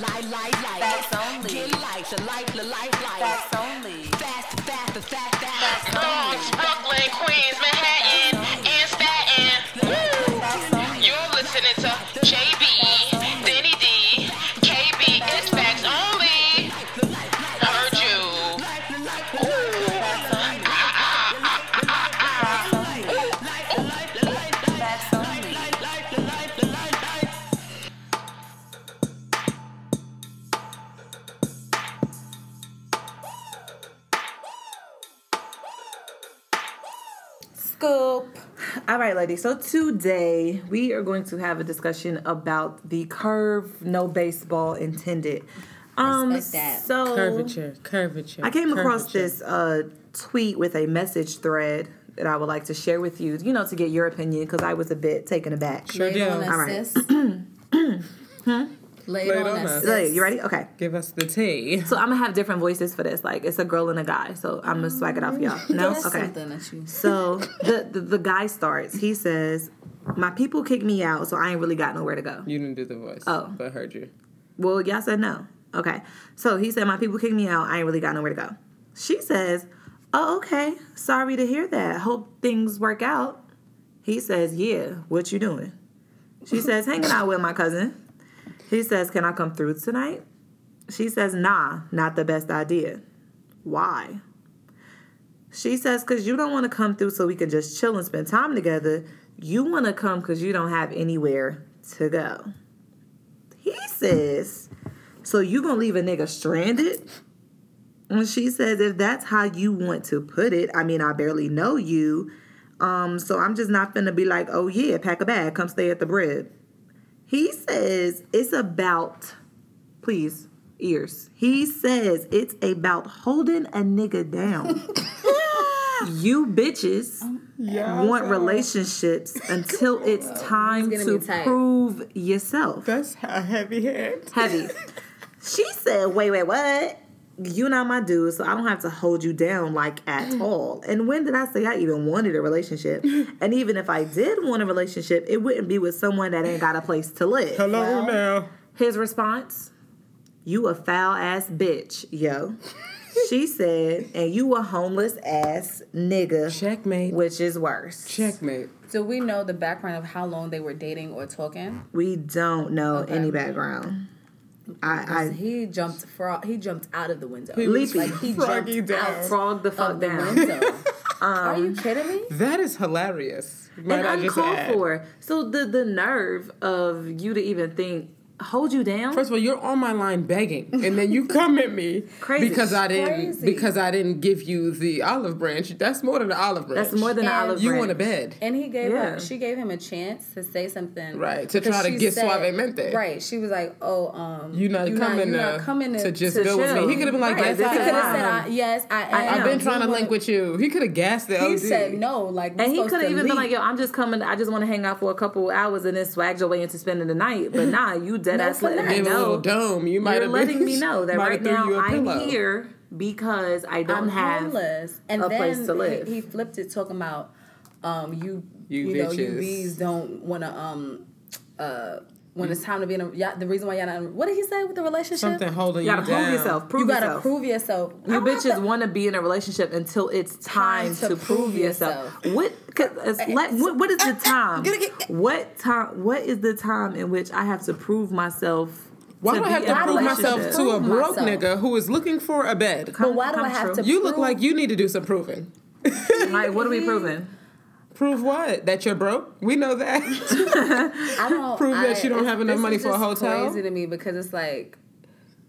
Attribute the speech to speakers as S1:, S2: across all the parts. S1: light, light, light.
S2: Facts only.
S1: Get light, the light, the light, light.
S2: Facts only.
S1: Fast, fast, fast, fast, fast.
S3: Bronx, Brooklyn, Queens, Manhattan, and Staten. Woo!
S2: Facts only.
S3: You're listening to JB, Denny D, KB, it's Facts Only. Heard you.
S2: Facts only. Facts only.
S4: Scoop. All right, ladies. So today we are going to have a discussion about the curve, no baseball intended. Um,
S5: Respect that.
S4: so
S6: Curvature, curvature.
S4: I came across
S6: curvature.
S4: this uh, tweet with a message thread that I would like to share with you. You know, to get your opinion because I was a bit taken aback.
S6: Sure
S5: Lay it
S6: do.
S5: on us,
S4: All right.
S5: sis. Lay it on us.
S4: Lily,
S5: sis.
S4: you ready? Okay.
S6: Give us the tea.
S4: So I'm gonna have different voices for this. Like it's a girl and a guy. So I'm gonna swag it off y'all. No,
S5: That's
S4: okay.
S5: Mm-hmm. something that you.
S4: So the, the the guy starts. He says, "My people kicked me out, so I ain't really got nowhere to go."
S6: You didn't do the voice.
S4: Oh.
S6: But heard you.
S4: Well, y'all said no. Okay. So he said, My people kicked me out. I ain't really got nowhere to go. She says, Oh, okay. Sorry to hear that. Hope things work out. He says, Yeah, what you doing? She says, Hanging out with my cousin. He says, Can I come through tonight? She says, Nah, not the best idea. Why? She says, Because you don't want to come through so we can just chill and spend time together. You want to come because you don't have anywhere to go. He says, "So you gonna leave a nigga stranded?" And she says, "If that's how you want to put it, I mean, I barely know you, um, so I'm just not gonna be like, oh yeah, pack a bag, come stay at the bread." He says, "It's about, please." Ears. He says it's about holding a nigga down. you bitches want relationships until it's time
S5: gonna
S4: to
S5: be tight.
S4: prove yourself
S6: That's a heavy hand.
S4: heavy. she said, "Wait, wait, what? You not my dude, so I don't have to hold you down like
S5: Mm.
S4: at all." And when did I say I even wanted a relationship? And even if I did want a relationship, it wouldn't be with someone that ain't got a place to live.
S6: Hello now.
S4: His response: "You a foul ass bitch, yo." She said, "And you a homeless ass nigga,
S6: Checkmate.
S4: which is worse."
S6: Checkmate.
S5: Do we know the background of how long they were dating or talking?
S4: We don't know any background. I, I
S5: He jumped fro- He jumped out of the window.
S4: Leapy.
S5: Like he
S6: Froggy
S5: jumped
S6: down.
S5: out
S4: frog the fuck
S5: of the
S4: down.
S5: window. Are you kidding me?
S6: That is hilarious. Might
S4: and
S6: I just
S4: uncalled
S6: add.
S4: for. So the the nerve of you to even think hold you down.
S6: First of all, you're on my line begging, and then you come at me
S4: Crazy.
S6: because I didn't
S5: Crazy.
S6: because I didn't give you the olive branch. That's more than an olive branch.
S4: That's more than an
S5: And
S4: olive
S6: you
S4: branch.
S6: want a bed.
S5: And he gave
S4: Yeah.
S5: her, she gave him a chance to say something,
S6: Right, to
S5: 'Cause
S6: try to
S5: she
S6: get
S5: said-
S6: suavemente.
S5: Right, she was like, "Oh, um,
S6: You're not coming
S5: you're
S6: to-
S5: not coming
S6: to just
S4: to
S6: build with
S4: chill.
S6: me. He could have been like,
S5: Right,
S6: yes,
S5: he
S4: this
S6: I
S5: could
S4: is
S6: am.
S5: have said, I, "Yes, I am."
S6: I've been
S5: He
S6: trying to
S5: would've-
S6: link with you. He could have gassed the
S5: He
S6: OD.
S5: said no, like we're
S4: and he
S5: supposed
S4: could have
S5: to
S4: even been like,
S5: leave.
S4: "Yo, I'm just coming. I just want to hang out for a couple hours and then swag your way into spending the night." But nah, you dead ass
S5: for
S4: letting
S5: that.
S4: me
S6: Gave him a little
S4: know.
S6: dome. You might
S4: You're
S6: have
S4: letting
S6: been-
S4: me know that
S6: might
S4: right
S6: have threw
S4: now
S6: you a
S4: I'm
S6: pillow.
S4: here because I don't
S5: I'm
S4: have.
S5: homeless. And
S4: a
S5: then
S4: place to
S5: he-
S4: live.
S5: He, flipped it talking about um you
S6: You
S5: you, know you
S6: bitches.
S5: bees don't wanna um uh when it's time to be in a y'all, the reason why y'all not what did he say with the relationship?
S6: Something holding
S4: You gotta
S6: you
S4: prove
S6: down.
S4: yourself. Prove
S5: you gotta
S4: yourself.
S5: prove yourself.
S4: You
S5: I'm not
S4: bitches
S5: the-
S4: want to be in a relationship until it's time, to, prove yourself. What? Cause it's like, what, what is the time? What time? What is the time in which I have to prove myself?
S6: Why
S4: to
S6: do I
S4: be
S6: have
S4: in
S6: to
S4: a
S6: prove
S4: relationship?
S6: myself to a
S5: Prove
S6: broke
S5: myself.
S6: nigga who is looking for a bed?
S5: But why do I
S4: true.
S5: have to
S6: You look
S5: prove-
S6: like you need to do some proving.
S4: Like, what are we proving?
S6: Prove what? That you're broke? We know that.
S5: I don't
S6: prove that
S5: I-
S6: you don't have enough
S5: this
S6: money
S5: is
S6: for a
S5: just
S6: hotel?
S5: Crazy to me because it's like,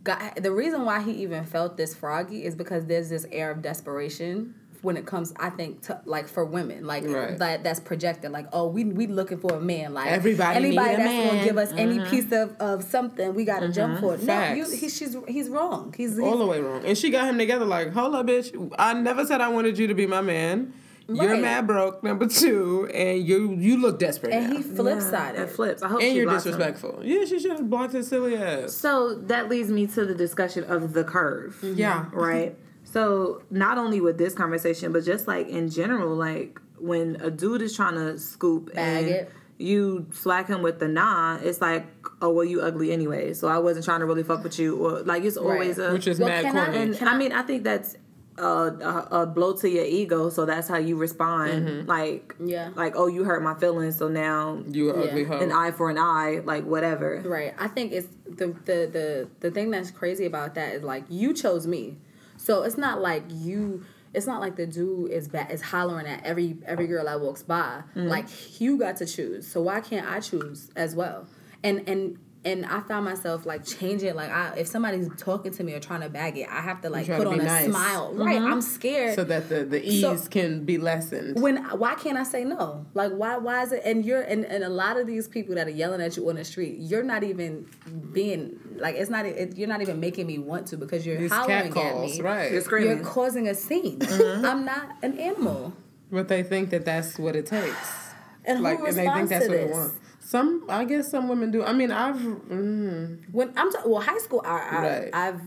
S5: God, the reason why he even felt this froggy is because there's this air of desperation when it comes. I think to like for women, like
S6: Right.
S5: that that's projected. Like, oh, we we looking for a man. Like
S6: Everybody need
S5: anybody
S6: a
S5: that's
S6: man. Mm-hmm.
S5: gonna give us any piece of, of something, we gotta jump for. it. No, you,
S6: Facts.
S5: he, she's he's wrong. He's, he's
S6: All the way wrong. And she got him together like, hold up, bitch. I never said I wanted you to be my man. You're
S5: Right.
S6: mad broke, number two, and you you look desperate.
S5: and
S6: now.
S5: he flip sided.
S4: It flips. I hope
S6: and
S4: she
S6: you're
S4: blocks him.
S6: disrespectful. Yeah, she should have blocked his silly ass.
S4: So that leads me to the discussion of the curve.
S6: Yeah.
S4: Right. So not only with this conversation, but just like in general, like when a dude is trying to scoop
S5: Bag
S4: and
S5: it.
S4: you flag him with the nah, it's like, oh well, you ugly anyway. So I wasn't trying to really fuck with you, or like it's always
S5: Right.
S4: a
S6: Which is
S5: Well,
S6: mad
S5: can I-
S6: corny.
S4: and, and I mean, I think that's a, a, a blow to your ego. So that's how you respond. Like,
S5: Mm-hmm. Yeah.
S4: like oh, you hurt my feelings. So now
S6: you an
S5: Yeah.
S6: ugly hoe.
S4: an eye for an eye, like whatever.
S5: Right. I think it's the, the the the thing that's crazy about that is like you chose me, so it's not like you. It's not like the dude is ba- is hollering at every every girl that walks by.
S6: Mm-hmm.
S5: Like you got to choose, so why can't I choose as well? And and and I found myself like changing. Like I, if somebody's talking to me or trying to bag it, I have to like
S6: try
S5: put
S6: to
S5: on
S6: be
S5: a
S6: nice. Mm-hmm.
S5: smile. Right. I'm scared.
S6: so that the, the ease
S5: So-
S6: can be lessened.
S5: when why can't I say no? Like why why is it and you're and, and a lot of these people that are yelling at you on the street, you're not even being like it's not it, you're not even making me want to because you're
S6: These
S5: hollering
S6: catcalls,
S5: at me.
S6: right.
S4: You're
S5: You're
S4: screaming. Mm-hmm.
S5: causing a scene. I'm not an animal.
S6: But they think that that's what it takes.
S5: And
S6: Like,
S5: who
S6: and
S5: responds
S6: they think that's
S5: to
S6: what
S5: this?
S6: they want. Some, I guess, some women do. I mean, I've mm,
S5: When I'm ta- well, high school, I, I
S6: Right.
S5: I've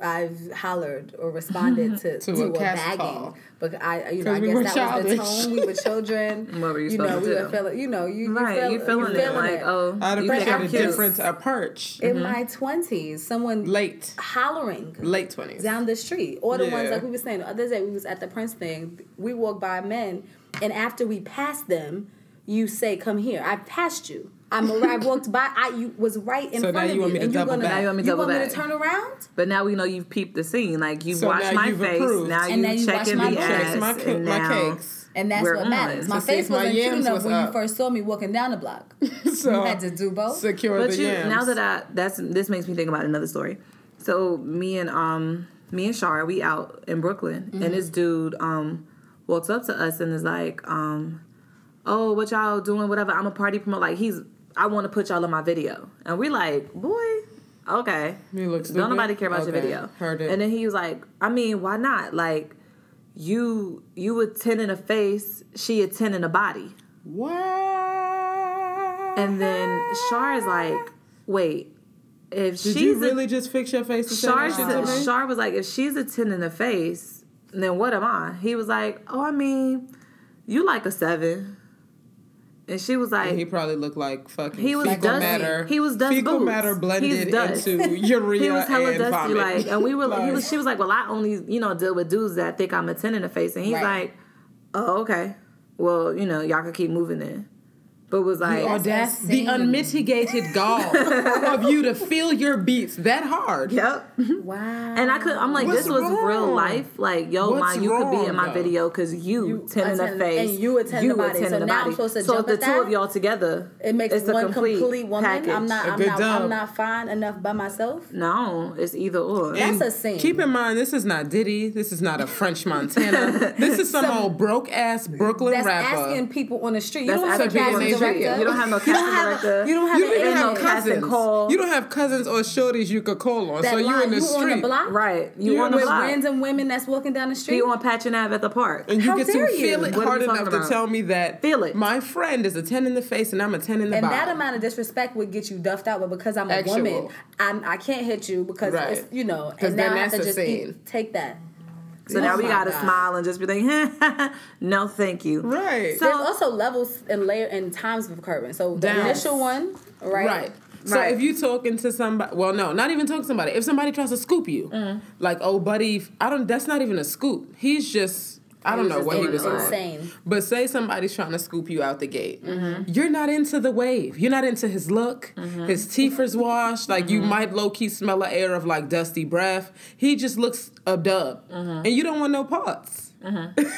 S5: I've hollered or responded to to,
S6: a
S5: a,
S6: cat's
S5: bagging,
S6: call.
S5: but I I- you know I
S6: 'Cause we were
S5: guess that was
S6: childish.
S5: the tone. We were children.
S4: What were you
S5: know
S4: supposed to
S5: we
S4: do?
S5: were feeling you know you, you
S4: Right,
S5: feel-
S4: you feeling, it like oh,
S6: I'd
S4: you think
S5: appreciate
S6: appreciate
S5: I'm
S6: a
S5: cute.
S6: difference, a perch.
S5: in my twenties, someone
S6: Late,
S5: hollering
S6: late 20s.
S5: down the street. Or the ones
S6: Yeah.
S5: like we were saying the other day, we was at the Prince thing. We walked by men, and after we passed them, you say, "Come here." I passed you. I'm. I walked by. I you was right in
S6: So now
S5: front of
S6: you want me
S5: you,
S6: to
S5: and you're
S6: double
S5: gonna.
S6: back. Now you
S4: want me to
S5: you
S4: double
S5: want me to
S4: back.
S5: turn around?
S4: But now we know you've peeped the scene. Like you've
S6: So
S4: watched
S6: now
S4: my
S6: you've
S4: face.
S6: approved.
S4: Now you
S6: And
S5: now you watch
S4: checking
S5: my
S4: the
S5: boobs.
S4: ass.
S6: Checks my coo-
S4: and
S6: my
S4: now
S6: cakes.
S5: And that's
S4: we're
S5: what
S4: on.
S5: matters. My
S6: To see if
S5: face
S6: my
S5: wasn't cute
S6: yams
S5: enough
S6: was
S5: when you
S6: up.
S5: first saw me walking down the block.
S6: so
S5: you had to do both.
S6: Secure
S4: But
S6: the
S4: you
S6: yams.
S4: now that I that's this makes me think about another story. So me and um me and Shar we out in Brooklyn
S6: Mm-hmm.
S4: and this dude um walks up to us and is like um oh what y'all doing whatever I'm a party promoter like he's I want to put y'all in my video and we like boy okay
S6: You look stupid?
S4: don't nobody care about
S6: Okay,
S4: your video
S6: heard it.
S4: and then he was like I mean why not like you you a ten in a face she a ten in a body.
S6: what?
S4: And then Shar is like, wait, if
S6: Did
S4: she's
S6: you
S4: a-
S6: really just fix your face to say
S4: Shar,
S6: that shit to me?
S4: Shar was like, if she's a ten in the face, then what am I? He was like, oh, I mean, you like a seven, and she was like,
S6: he probably looked like fucking
S4: He was
S6: fecal
S4: dusty.
S6: matter.
S4: He was dust
S6: Fecal
S4: boots.
S6: matter
S4: He's
S6: blended
S4: dust.
S6: into urea
S4: he was hella
S6: and
S4: dusty,
S6: vomit.
S4: like, and we were, he
S6: Like-
S4: was, she was like, well, I only, you know, deal with dudes that think I'm a ten in the face, and he's
S5: Right.
S4: like, oh, okay, well, you know, y'all can keep moving then, but was like,
S6: audacity,
S5: insane
S6: the
S5: to me.
S6: unmitigated gall of you to feel your beats that hard.
S4: yep.
S5: Wow.
S4: And I could, I'm like,
S6: What's
S4: this was real
S6: wrong?
S4: life. Like, yo,
S6: What's
S4: ma, you could be in my
S6: wrong, though?
S4: video because you,
S5: You
S4: ten in the
S5: attend-
S4: face
S5: and you attend the body.
S4: attend
S5: So now I'm supposed to
S4: so
S5: jump
S4: the
S5: at
S4: two
S5: that?
S4: of y'all together,
S5: it makes
S4: it's a
S5: one complete, woman.
S4: package.
S5: I'm not.
S6: A
S5: I'm
S6: good
S5: not.
S6: dub.
S5: I'm not fine enough by myself.
S4: No, it's either or.
S5: That's a scene.
S6: Keep in mind, this is not Diddy. This is not a French Montana. this is some, old broke ass Brooklyn
S5: That's
S6: rapper.
S5: asking people on the street. You
S4: That's
S5: don't have a
S4: asking people on
S5: casting
S4: the street.
S5: director.
S4: You don't have no
S5: You don't
S4: casting
S5: have a-
S4: director.
S5: You don't have
S6: you
S5: an
S6: don't even have
S5: agent.
S4: cousin.
S6: cousins.
S4: call.
S6: You don't have cousins or shorties you could call on.
S5: That
S6: so you're
S5: line,
S6: in the
S5: you
S6: street.
S5: on the block,
S4: Right. You
S6: You're
S4: on the
S5: With
S4: block.
S5: random women that's walking down the street.
S4: You on Patchin Ave at the park.
S6: And you
S5: How
S6: get
S5: dare
S6: to
S5: you?
S6: feel it
S4: What are
S6: hard
S4: we
S6: enough
S4: talking
S6: to
S4: about?
S6: tell me that
S4: Feel it.
S6: my friend is a 10 in the face and I'm a 10 in the
S5: and
S6: body.
S5: that amount of disrespect would get you duffed out, but because I'm a
S6: Actual.
S5: woman, I'm, I can't hit you because
S6: Right.
S5: it's, you know.
S6: 'Cause
S5: And now
S6: then
S5: I have to
S6: that's a
S5: just
S6: scene.
S5: eat- take that.
S4: So
S5: Oh
S4: now we
S5: my
S4: gotta
S5: God.
S4: smile and just be like, no, thank you.
S6: Right.
S4: So
S5: There's also levels and layer and times of curbing. So the
S6: Down.
S5: initial one, right?
S6: Right. So
S4: Right.
S6: if you talking to somebody, well, no, not even talking to somebody. If somebody tries to scoop you, like, oh, buddy, I don't. That's not even a scoop. He's just, I don't
S5: was
S6: know
S5: just
S6: what he
S5: being
S6: was on.
S5: insane.
S6: But say somebody's trying to scoop you out the gate.
S5: Mm-hmm.
S6: You're not into the wave. You're not into his look. His teethers washed. Like
S5: Mm-hmm.
S6: you might low key smell an air of like dusty breath. He just looks a dub,
S5: Mm-hmm.
S6: and you don't want no parts.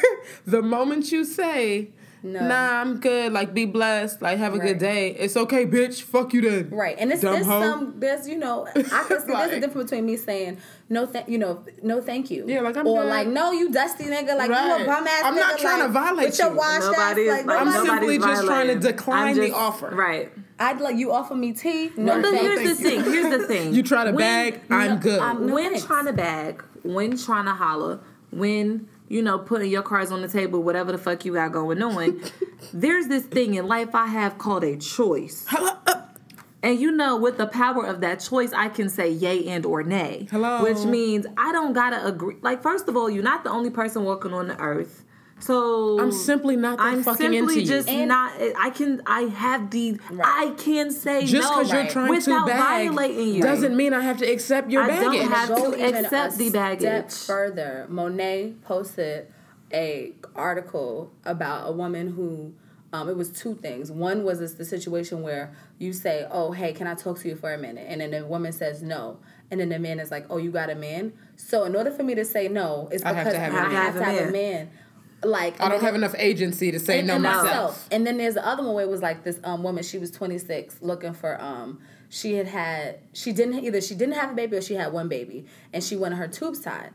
S6: the moment you say.
S5: No.
S6: Nah, I'm good. Like, be blessed. Like, have a
S5: Right.
S6: good day. It's okay, bitch. Fuck you then.
S5: Right, and it's
S6: Dumb
S5: there's
S6: hoe.
S5: some there's you know I can see there's a
S6: Like-
S5: difference between me saying no thank you know no thank you
S6: Yeah, like, I'm
S5: or
S6: good.
S5: like no you dusty nigga like you
S6: Right.
S5: a bum ass
S6: I'm not
S5: nigga,
S6: trying
S5: like,
S6: to violate
S5: with your
S6: you.
S5: wash
S4: nobody's
S5: ass like
S4: like,
S5: nobody,
S6: I'm
S4: nobody's
S6: simply just trying to
S4: violating.
S6: decline
S4: I'm
S6: the
S4: just-
S6: offer.
S4: Right.
S5: I'd like you offer me tea no,
S4: But
S5: thank
S4: here's the thing. Here's the thing.
S6: You try to
S4: When-
S6: bag, I'm good.
S5: I'm- No
S4: when
S5: thanks.
S4: trying to bag, when trying to holler, when you know putting your cards on the table, whatever the fuck you got going on, there's this thing in life I have called a choice. And you know, with the power of that choice, I can say yay and or nay.
S6: Hello.
S4: Which means I don't gotta agree. Like, first of all, you're not the only person walking on the earth. So
S6: I'm simply not that
S4: I'm
S6: fucking
S4: simply
S6: into you.
S4: just
S5: And-
S4: not. I can. I have the. I can say
S6: Just
S4: no
S6: because you're trying
S4: without
S6: to bag
S4: violating you.
S6: doesn't mean I have to accept your
S4: I don't
S6: baggage.
S4: have-
S5: Go
S4: to
S5: even
S4: accept
S5: a
S4: the baggage.
S5: Step further, Monet posted a article about a woman who. Um, it was two things. One was this the situation where you say, "Oh, hey, can I talk to you for a minute?" And then the woman says no, and then the man is like, "Oh, you got a man." So in order for me to say no, it's
S6: I have
S5: because
S6: to have a
S5: I
S6: man.
S5: have to have a man. Like
S6: I don't have enough agency to say no
S5: and then
S6: myself.
S5: And then there's the other one where it was like this um woman, she was 26 looking for um she had had she didn't either she didn't have a baby or she had one baby and she wanted her tubes tied.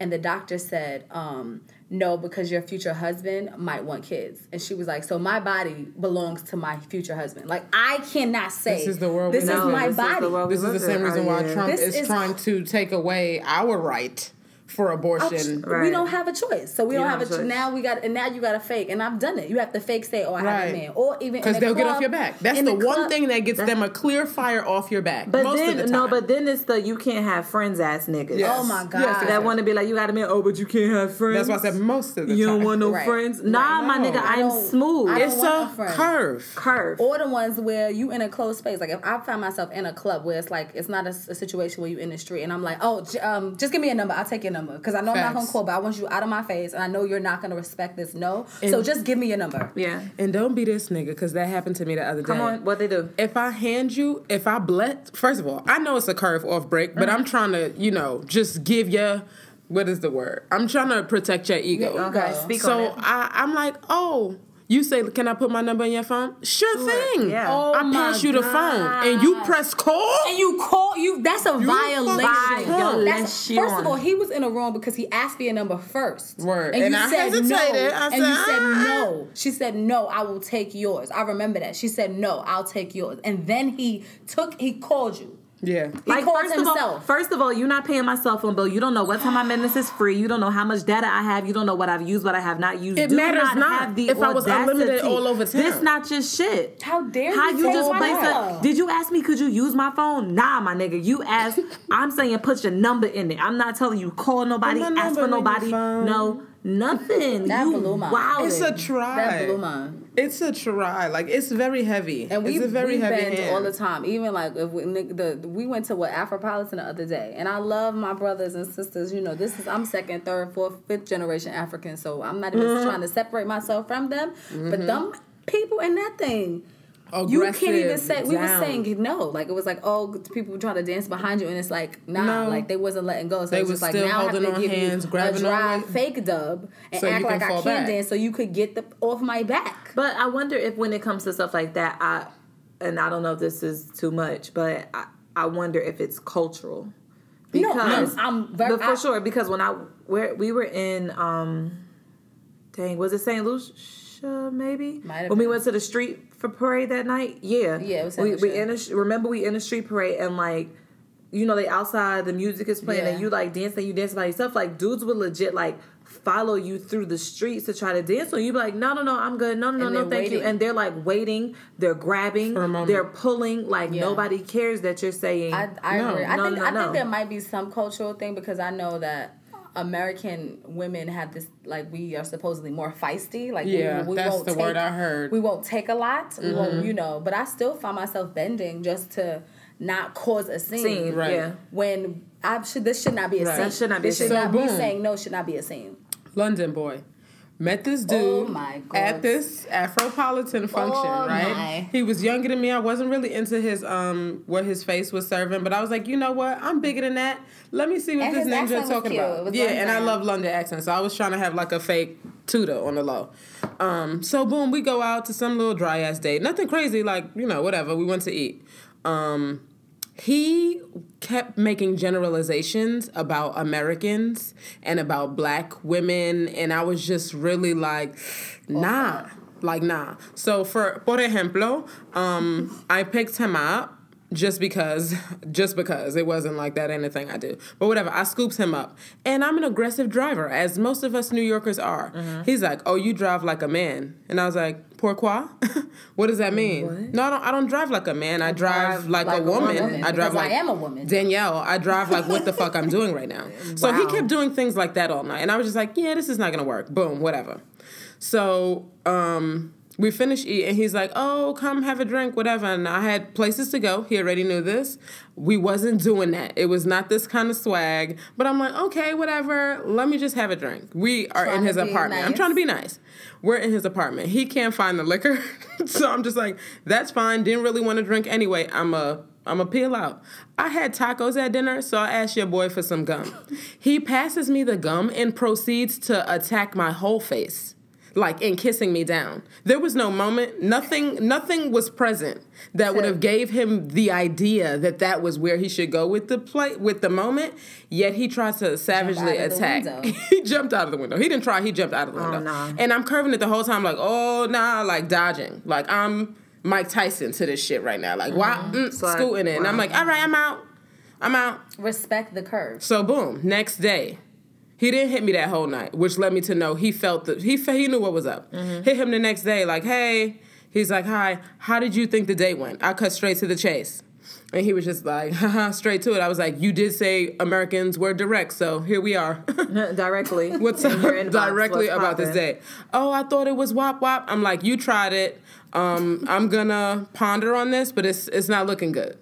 S5: And the doctor said, um, no, because your future husband might want kids. And she was like, So my body belongs to my future husband. Like I cannot say
S6: This is the world we
S5: This
S6: live
S5: is
S6: in.
S5: my
S6: This is
S5: body.
S6: This is the same reason why Trump
S5: This
S6: is,
S5: is-
S6: trying to take away our right for abortion.
S5: We
S4: Right.
S5: don't have a choice, so we don't, have, a choice. now we got and now you got to fake, and I've done it. You have to fake say, "Oh, I have
S6: Right.
S5: a man," or even
S6: Because
S5: in the
S6: they'll get
S5: club-
S6: off your back. That's
S5: in
S6: the, one
S5: club-
S6: thing that gets them a clear fire off your back.
S4: But
S6: most
S4: then
S6: of the time.
S4: no, but then it's the you can't have friends ass niggas.
S6: Yes.
S5: Oh my
S6: Yes,
S5: God!
S6: yes,
S4: That want to be like you got a man. Oh, but you can't have friends.
S6: That's why I said most of the
S4: you
S6: time.
S4: don't want no
S5: Right.
S4: friends. Nah, my
S6: No.
S4: nigga,
S6: I
S4: I'm
S5: don't-
S4: smooth.
S5: I don't
S6: It's
S5: want
S6: a
S5: a friend.
S6: curve.
S4: curve.
S5: or the ones where you in a closed space. Like if I find myself in a club where it's like it's not a, a situation where you in the street, and I'm like, oh, j- um, just give me a number. I'll take your number because I know I'm not
S6: Facts.
S5: gonna call, but I want you out of my face, and I know you're not gonna respect this. No, so just give me your number.
S4: yeah.
S6: And don't be this nigga, because that happened to me the other day.
S4: Come on, what they do?
S6: if I hand you, if I bless, first of all, I know it's a curve off break, but
S5: Mm-hmm.
S6: I'm trying to, you know, just give you, what is the word? I'm trying to protect your ego.
S5: Your ego. Okay,
S4: speak
S6: Uh, so
S4: on it.
S6: I, I'm like, oh, you say, can I put my number in your phone? Sure, thing.
S4: yeah.
S5: Oh
S6: I pass
S5: my
S6: you the phone and you press call.
S5: And you call you that's a
S6: fucking
S5: violation.
S6: cunt.
S5: That's, first of all, he was in a room because he asked for your number first.
S6: Word.
S5: And,
S6: And
S5: you
S6: I
S5: said
S6: hesitated.
S5: no.
S6: I
S5: and
S6: said,
S5: you said
S6: "Ah."
S5: no. She said no, I will take yours. I remember that. She said no, I'll take yours. And then he took he called you.
S6: yeah.
S5: He
S4: Like
S5: called
S4: first of all,
S5: himself.
S4: first of all, you're not paying my cell phone bill. You don't know what time my minutes is free. You don't know how much data I have. You don't know what I've used, what I have not used.
S6: It
S4: Do
S6: matters not
S4: have the
S6: if I was unlimited
S4: audacity.
S6: all over town.
S4: This not your shit.
S5: How dare
S4: How
S5: you
S4: you
S5: take
S4: just
S5: my
S4: place a?
S5: number?
S4: Did you ask me? Could you use my phone? Nah, my nigga. You asked. I'm saying put your number in it. I'm not telling you call nobody,
S6: Put my
S4: ask
S6: number
S4: for
S6: in your
S4: nobody.
S6: phone.
S4: No, nothing.
S5: That
S4: you
S5: blew my-
S4: wildin'.
S6: It's a try.
S5: That blew mine.
S6: It's a try. Like it's very heavy.
S5: And we
S6: it's a very
S5: we
S6: heavy
S5: bend
S6: hand.
S5: all the time. Even like if we Nick- the we went to what Afropolitan the other day, and I love my brothers and sisters. You know, this is I'm second, third, fourth, fifth generation African, so I'm not even
S6: Mm-hmm.
S5: trying to separate myself from them. But them people in that thing. You can't even
S6: Aggressive,
S5: say we were
S6: down.
S5: saying no, like it was like oh people were trying to dance behind you, and it's like nah,
S6: No.
S5: like they wasn't letting go. So
S6: They
S5: it's
S6: was
S5: just like
S6: still
S5: now I have
S6: holding
S5: to
S6: on
S5: give
S6: hands,
S5: you a
S6: grabbing on
S5: dry
S6: with-
S5: fake dub and
S6: So you
S5: act
S6: can
S5: like I
S6: fall
S5: can
S6: back.
S5: dance, so you could get the off my back.
S4: But I wonder if when it comes to stuff like that, I and I don't know if this is too much, but I, I wonder if it's cultural.
S5: No, I'm- I'm ver-
S4: but for
S5: I-
S4: sure because when I where we were in um dang was it St. Lucia maybe
S5: Might have
S4: when we
S5: been.
S4: went to the street for parade that night yeah
S5: Yeah, it was St.
S4: we, we
S5: Lucia.
S4: in a, sh- remember we in a street parade and like you know they outside the music is playing and
S5: Yeah.
S4: you like dancing you dance by yourself like dudes would legit like follow you through the streets to try to dance on you be like no no no I'm good no no
S5: And
S4: no
S5: they're
S4: thank you
S5: waiting.
S4: and they're like waiting they're grabbing
S6: a moment.
S4: they're pulling like
S5: Yeah.
S4: nobody cares that you're saying
S5: I, I
S6: No,
S5: agree. I
S4: no,
S5: think
S4: no,
S5: I
S4: no.
S5: think there might be some cultural thing because I know that American women have this like we are supposedly more feisty. Like we-
S6: Yeah,
S5: we,
S6: that's
S5: won't
S6: the
S5: take,
S6: word I heard. Mm-hmm.
S5: We won't take a lot. We won't, you know. But I still find myself bending just to not cause a scene.
S4: Scene,
S6: Right.
S4: yeah
S5: When I should this should not be a
S6: Right.
S5: scene.
S6: That
S4: should not be a
S5: This should
S6: scene. So
S5: not
S6: boom.
S5: be saying no. Should not be a scene.
S6: London boy. Met this dude
S5: Oh my God.
S6: at this Afropolitan function,
S5: Oh
S6: right?
S5: my.
S6: He was younger than me. I wasn't really into his um what his face was serving, but I was like, you know what? I'm bigger than that. Let me see what
S5: And
S6: this
S5: his accent
S6: ninja
S5: was
S6: talking
S5: cute. It
S6: about.
S5: was
S6: Yeah, and I
S5: London.
S6: love London accents. So I was trying to have like a fake tutor on the low. Um, so boom, we go out to some little dry ass date. Nothing crazy, like, you know, whatever. We went to eat. Um, he kept making generalizations about Americans and about black women, and I was just really like, nah, like nah. So for por ejemplo, um, I picked him up just because just because it wasn't like that anything i do but whatever i scoops him up and i'm an aggressive driver as most of us new yorkers are he's like oh you drive like a man and i was like pourquoi what does that mean no i don't i don't drive like a man i, drive, like, a woman, i drive
S5: because I
S6: like
S5: am a woman.
S6: danielle i drive like what the fuck i'm doing right now so he kept doing things like that all night and i was just like yeah this is not gonna work boom whatever so um, we finished eating. He's like, "Oh, come have a drink, whatever." And I had places to go. He already knew this. We wasn't doing that. It was not this kind of swag. But I'm like, okay, whatever. Let me just have a drink. We are
S5: Trying
S6: in
S5: to
S6: his
S5: be
S6: apartment. I'm
S5: nice.
S6: trying to be nice. We're in his apartment. He can't find the liquor, so I'm just like, that's fine. Didn't really want to drink anyway. I'm a I'm a peel out. I had tacos at dinner, so I asked your boy for some gum. he passes me the gum and proceeds to attack my whole face like in kissing me down. There was no moment, nothing, nothing was present that would have gave him the idea that that was where he should go with the play with the moment. Yet he tried to savagely
S5: out of the
S6: attack.
S5: window.
S6: he jumped out of the window. He didn't try. He jumped out of the window.
S4: Oh, nah.
S6: And I'm curving it the whole time, like oh nah, like dodging, like I'm Mike Tyson to this shit right now, like why mm,
S4: Mm-hmm. like,
S6: scooting it. And I'm
S4: wow.
S6: like, all right, I'm out, I'm out.
S5: Respect the curve.
S6: So boom, next day. He didn't hit me that whole night, which led me to know he felt that he fe- he knew what was up.
S4: Mm-hmm.
S6: Hit him the next day, like, hey, he's like, hi, how did you think the date went? I cut straight to the chase, and he was just like, haha, straight to it. I was like, you did say Americans were direct, so here we are.
S4: directly.
S6: What's
S4: in
S6: up
S4: your inbox,
S6: directly
S4: what's
S6: about this
S4: poppin'.
S6: date? Oh, I thought it was wop wop. I'm like, you tried it. Um, I'm gonna ponder on this, but it's it's not looking good.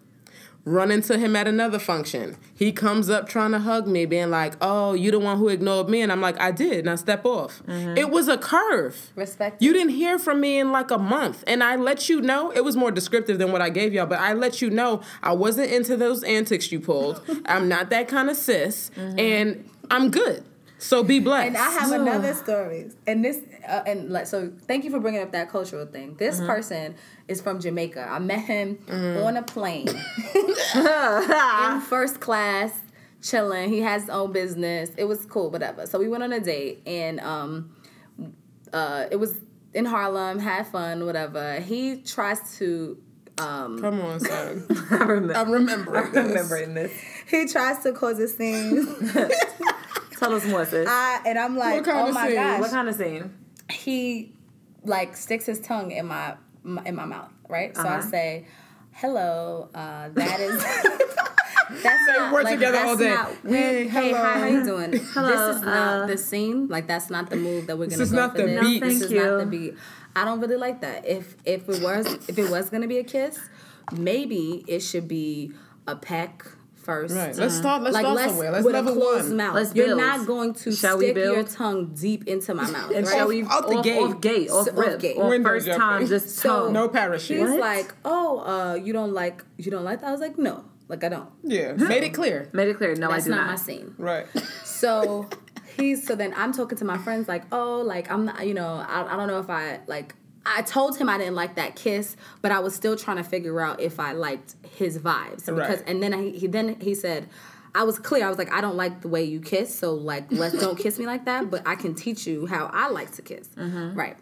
S6: Run into him at another function. He comes up trying to hug me, being like, "Oh, you the one who ignored me," and I'm like, "I did." Now step off.
S4: Mm-hmm.
S6: It was a curve.
S5: Respect.
S6: You didn't hear from me in like a month. And I let you know, it was more descriptive than what I gave y'all, but I let you know I wasn't into those antics you pulled. I'm not that kind of sis. And I'm good. So be blessed.
S5: Mm-hmm. And I have another story. And this, uh, and like, so thank you for bringing up that cultural thing. This person is from Jamaica. I met him on a plane in first class, chilling. He has his own business. It was cool, whatever. So we went on a date, and um, uh, it was in Harlem. Had fun, whatever. He tries to. Um,
S6: Come on, son.
S4: I remember.
S6: I'm remembering.
S4: I'm
S6: this.
S4: remembering this.
S5: he tries to cause a scene,
S4: Tell us more, sis.
S5: I, and I'm like,
S6: What kind
S5: oh
S6: of
S5: my
S6: scene?
S5: gosh,
S4: what kind of scene?
S5: he like sticks his tongue in my, my in my mouth, right? So
S6: Uh-huh.
S5: I say, "Hello, uh, that is." that's
S6: They
S5: not,
S6: work
S5: like,
S6: together
S5: that's
S6: all day.
S5: Not, we,
S6: Hey,
S5: hey,
S6: hello. uh,
S5: hi, how you doing? this is not the scene. Like that's not the move that we're gonna
S6: is
S5: go
S6: not
S5: for
S6: the
S5: this.
S6: beat.
S5: This
S4: Thank
S5: is not
S4: you.
S5: the beat. I don't really like that. If if it was if it was gonna be a kiss, maybe it should be a peck first. Uh-huh.
S6: Right. Let's start. Let's start somewhere. Let's
S5: with
S6: level
S5: a closed
S6: one.
S5: mouth.
S4: Let's
S5: You're
S4: build.
S5: not going to
S4: Shall we
S5: stick your
S4: build?
S5: tongue deep into my mouth.
S4: And
S5: right?
S4: shall we
S6: Out the
S4: off,
S6: gate.
S4: off gate, off
S5: So- off
S4: rip,
S5: gate.
S4: off
S6: Window
S4: first
S6: jumping.
S4: time, just
S5: So-
S4: tongue.
S6: No parachute.
S5: He's
S4: What?
S5: like, oh, uh, you don't like you don't like that. I was like, no, like I don't.
S6: Yeah. Made it clear.
S4: Made it clear. No, I
S5: That's
S4: do
S5: not
S4: not.
S5: my scene.
S6: Right.
S5: So he's so then I'm talking to my friends like, oh, like I'm not, you know, I, I don't know if I like. I told him I didn't like that kiss, but I was still trying to figure out if I liked his vibes
S6: Right.
S5: because. And then he, he then he said, I was clear. I was like, I don't like the way you kiss, so like let's don't kiss me like that. But I can teach you how I like to kiss. Right.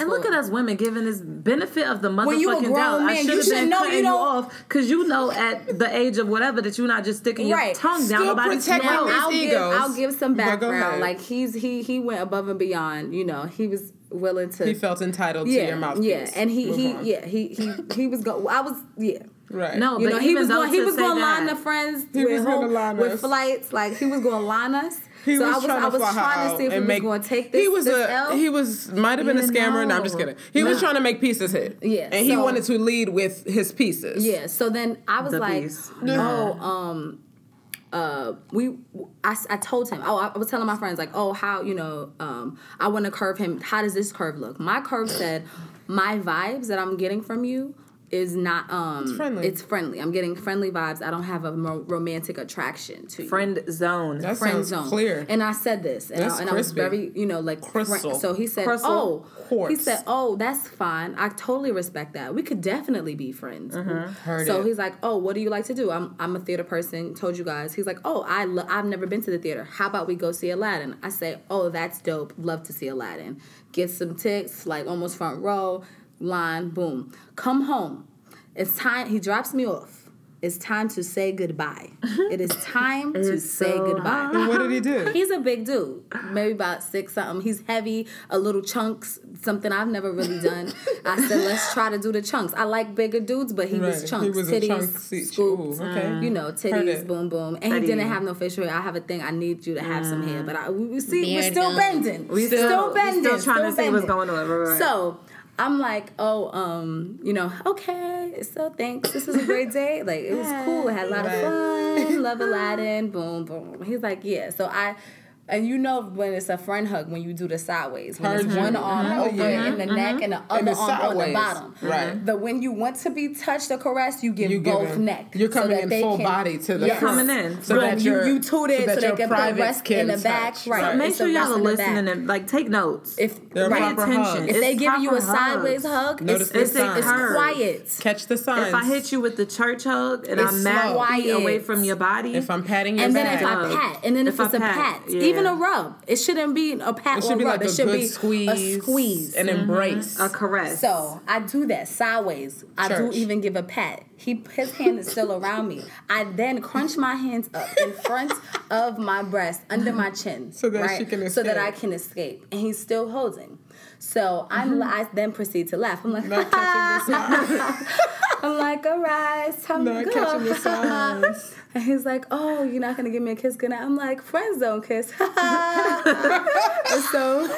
S4: Mm-hmm. And look at
S5: forward.
S4: us women giving this benefit of the motherfucking
S5: you a grown
S4: doubt. I
S5: man,
S4: should
S5: you
S4: have
S5: should
S4: been
S5: know you
S4: cutting you,
S5: don't-
S4: off because you know at the age of whatever that you're not just sticking
S5: Right.
S4: your tongue down
S6: Still
S4: nobody's
S6: protecting
S4: mouth.
S6: his
S5: I'll give,
S6: egos.
S5: I'll give some
S6: But go ahead.
S5: background. Like he's he he went above and beyond. You know, he was willing to.
S6: He felt entitled
S5: yeah,
S6: to your mouthpiece.
S5: yeah, and he
S6: Move
S5: he
S6: on.
S5: yeah he he he was go. I was yeah.
S6: Right.
S4: No,
S5: You
S4: but
S5: know, he
S4: even
S5: was
S4: though
S5: going. He
S4: to
S5: was
S4: say
S5: going to line
S4: that-
S5: the friends
S6: He
S5: with,
S6: was gonna
S5: home-
S6: line
S5: with
S6: us.
S5: flights. Like he was going to line us.
S6: He
S5: so
S6: was
S5: I was
S6: trying
S5: I
S6: to
S5: was
S6: fly her
S5: trying to
S6: out
S5: see if he
S6: and
S5: was
S6: make,
S5: going to take this.
S6: He was
S5: this
S6: a
S5: L.
S6: he was might have been a
S4: You
S6: scammer. No, I'm just
S4: know.
S6: kidding. He was trying to make pieces hit.
S5: Yeah,
S6: and he
S5: so-
S6: wanted to lead with his pieces.
S5: Yeah. So then I was
S4: The
S5: like,
S4: beast.
S5: oh, um, uh, we, I, I told him, oh, I was telling my friends like, oh, how, you know, um, I want to curve him. How does this curve look? My curve said, my vibes that I'm getting from you is not, um, it's
S6: friendly.
S5: It's friendly. I'm getting friendly vibes. I don't have a mo- romantic attraction to you
S4: friend zone.
S6: that
S5: friend
S6: sounds
S5: zone.
S6: clear.
S5: And I said this, and,
S6: That's
S5: I, and I was
S6: crispy.
S5: very, you know, like fri-
S6: Crystal.
S5: So he said,
S6: Crystal
S5: "Oh,
S6: quartz.
S5: he said, oh, that's fine. I totally respect that. We could definitely be friends."
S6: Mm-hmm. Heard
S5: so
S6: it.
S5: he's like, "Oh, what do you like to do?" I'm I'm a theater person. Told you guys. He's like, "Oh, I lo- I've never been to the theater. How about we go see Aladdin?" I say, "Oh, that's dope. Love to see Aladdin. Get some tickets, like almost front row line. Boom. Come home. It's time. He drops me off." It's time to say goodbye. It is time to
S4: is
S5: say
S4: so
S5: goodbye.
S6: What did he do?
S5: He's a big dude, maybe about six something. He's heavy, a little chunks, something I've never really done. I said, let's try to do the chunks. I like bigger dudes, but he
S6: Right,
S5: was chunks,
S6: he was a
S5: titties,
S6: chunksy-
S5: scoops,
S6: ooh, okay.
S5: you know,
S6: Heard it.
S5: titties, boom, boom. And he didn't have no facial hair. I have a thing. I need you to have some hair, but I, we, we see we're
S7: Beard
S5: still
S7: done.
S5: bending. We
S4: still- we
S5: bending.
S4: still trying to see what's
S5: bending.
S4: going on. Right, right, right.
S5: So I'm like, oh, um, you know, okay, so thanks. This was a great day. Like it was cool. I had a lot of fun. Love Aladdin. Boom, boom. He's like, yeah. So I. And you know when it's a friend hug when you do the sideways when
S6: Heard
S5: it's
S6: you.
S5: one arm
S6: Mhm.
S5: over
S6: Yeah.
S5: in the neck and the other
S6: the
S5: arm on
S6: sideways.
S5: the bottom.
S6: Right. Mm-hmm.
S5: But when you want to be touched or caressed, you give
S6: You give
S5: both
S6: him-
S5: neck.
S6: You're coming
S5: that
S6: in
S5: they
S6: full body to the
S5: Yes.
S6: front.
S4: Coming in.
S6: So
S5: Right.
S6: that
S5: you
S6: your-
S5: you toot
S6: so
S5: it so,
S6: that
S5: they
S6: your
S5: can put
S6: privates
S5: rest
S6: can
S5: in the
S6: touch.
S5: back. Right.
S6: Right.
S4: Make
S5: It's
S4: sure
S5: the
S4: y'all
S5: rest
S4: are
S5: in the
S4: listening
S5: back.
S4: and like take notes.
S5: if
S6: They're
S5: right,
S6: proper
S4: attention.
S6: hugs.
S5: if
S4: It's
S5: they give you a
S4: proper hugs.
S5: sideways hug,
S6: Notice
S5: it's,
S6: the
S5: it's,
S6: signs.
S5: it's quiet.
S6: Catch the signs.
S4: If I hit you with the church hug and
S6: It's
S4: I'm mad
S6: slow.
S4: feet away from your body,
S6: If I'm patting your
S5: And then
S6: back.
S5: if I
S4: Hug.
S5: pat, and then if,
S4: If I
S5: it's a
S4: pat,
S5: pat,
S4: yeah.
S5: even a rub, it shouldn't be a
S6: it
S5: pat or
S6: should
S5: a
S6: be
S5: rub.
S6: like a
S5: it should
S6: good
S5: be
S6: squeeze,
S5: a squeeze.
S6: an embrace.
S4: a caress.
S5: So I do that sideways. I do
S6: Church.
S5: even give a pat. He his hand is still around me. I then crunch my hands up in front of my breast, under my chin,
S6: So that she can
S5: so that I
S6: escape.
S5: can escape. And he's still holding. So I'm. I then proceed to laugh. I'm like,
S6: Not catching the signs.
S5: I'm like, all right, it's time
S6: Not
S5: to
S6: catching the
S5: go.
S6: signs.
S5: And he's like, "Oh, you're not gonna give me a kiss, good night." I'm like, "Friends don't kiss." And so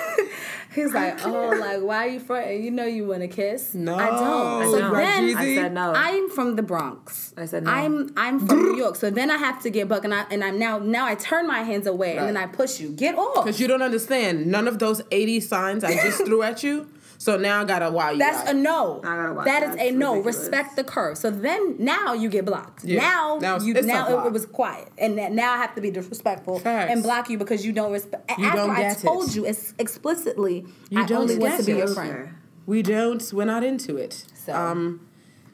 S5: he's like, "Oh, like why are you fronting? You know you want to kiss?
S6: No,
S5: I don't." So
S4: I don't.
S5: then
S4: I said no.
S5: I'm from the Bronx.
S4: I said no.
S5: I'm I'm from New York. So then I have to get buck, and I and I'm now now I turn my hands away, and then I
S6: Right.
S5: push you. Get off.
S6: Because you don't understand none of those 80 signs I just threw at you. So now I gotta wow you.
S5: That's
S6: out.
S5: a no.
S4: I gotta watch
S5: That is
S4: that.
S5: a
S4: It's
S5: no.
S4: ridiculous.
S5: Respect the curve. So then now you get blocked.
S6: Yeah.
S5: Now,
S6: Now it's-
S5: you
S6: it's a
S5: now it- it,
S6: block.
S5: was quiet, and that now I have to be disrespectful
S6: Facts.
S5: and block you because you don't respect.
S6: You
S5: After
S6: don't
S5: I
S6: get it.
S5: told you it's explicitly,
S6: You
S5: I
S6: don't
S5: only want
S6: get
S5: to be
S6: it.
S5: your friend.
S6: We don't. We're not into it.
S5: So.
S6: Um,